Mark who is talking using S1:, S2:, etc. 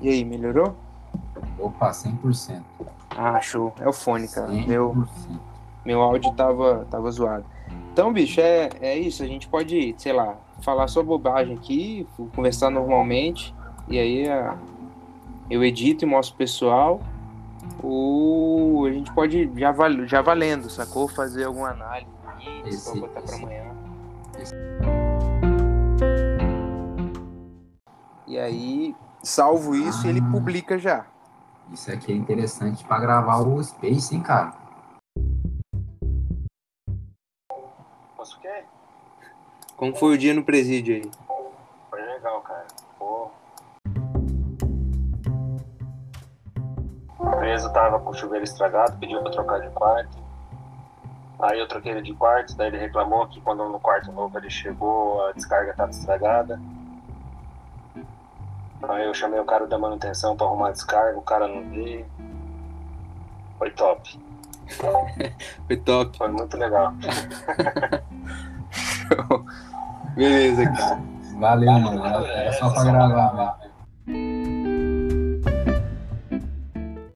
S1: E aí, melhorou?
S2: Opa, 100%.
S1: Ah, show. É o fone, cara.
S2: 100%.
S1: Meu, meu áudio tava, tava zoado. Então, bicho, é, é isso. A gente pode, sei lá, falar só bobagem aqui, conversar normalmente. E aí a- eu edito e mostro pro pessoal. Ou a gente pode, já, val, já valendo, sacou? Fazer alguma análise. Isso,
S2: Esse-
S1: pra botar pra
S2: esse-
S1: amanhã. E aí, salvo isso, ele publica já.
S2: Isso aqui é interessante pra gravar o Space, hein, cara?
S3: Posso o quê?
S1: Como foi o dia no presídio aí?
S3: Foi legal, cara. Pô. O preso tava com o chuveiro estragado, pediu pra trocar de quarto. Aí eu troquei ele de quarto, daí ele reclamou que quando no quarto novo ele chegou, a descarga tava estragada. Aí eu chamei o cara da manutenção pra arrumar a descarga, o cara não veio. Foi top,
S1: Foi top.
S3: foi muito legal.
S1: Beleza, cara.
S2: Tá, Valeu, mano. Era era só pra gravar, né? velho.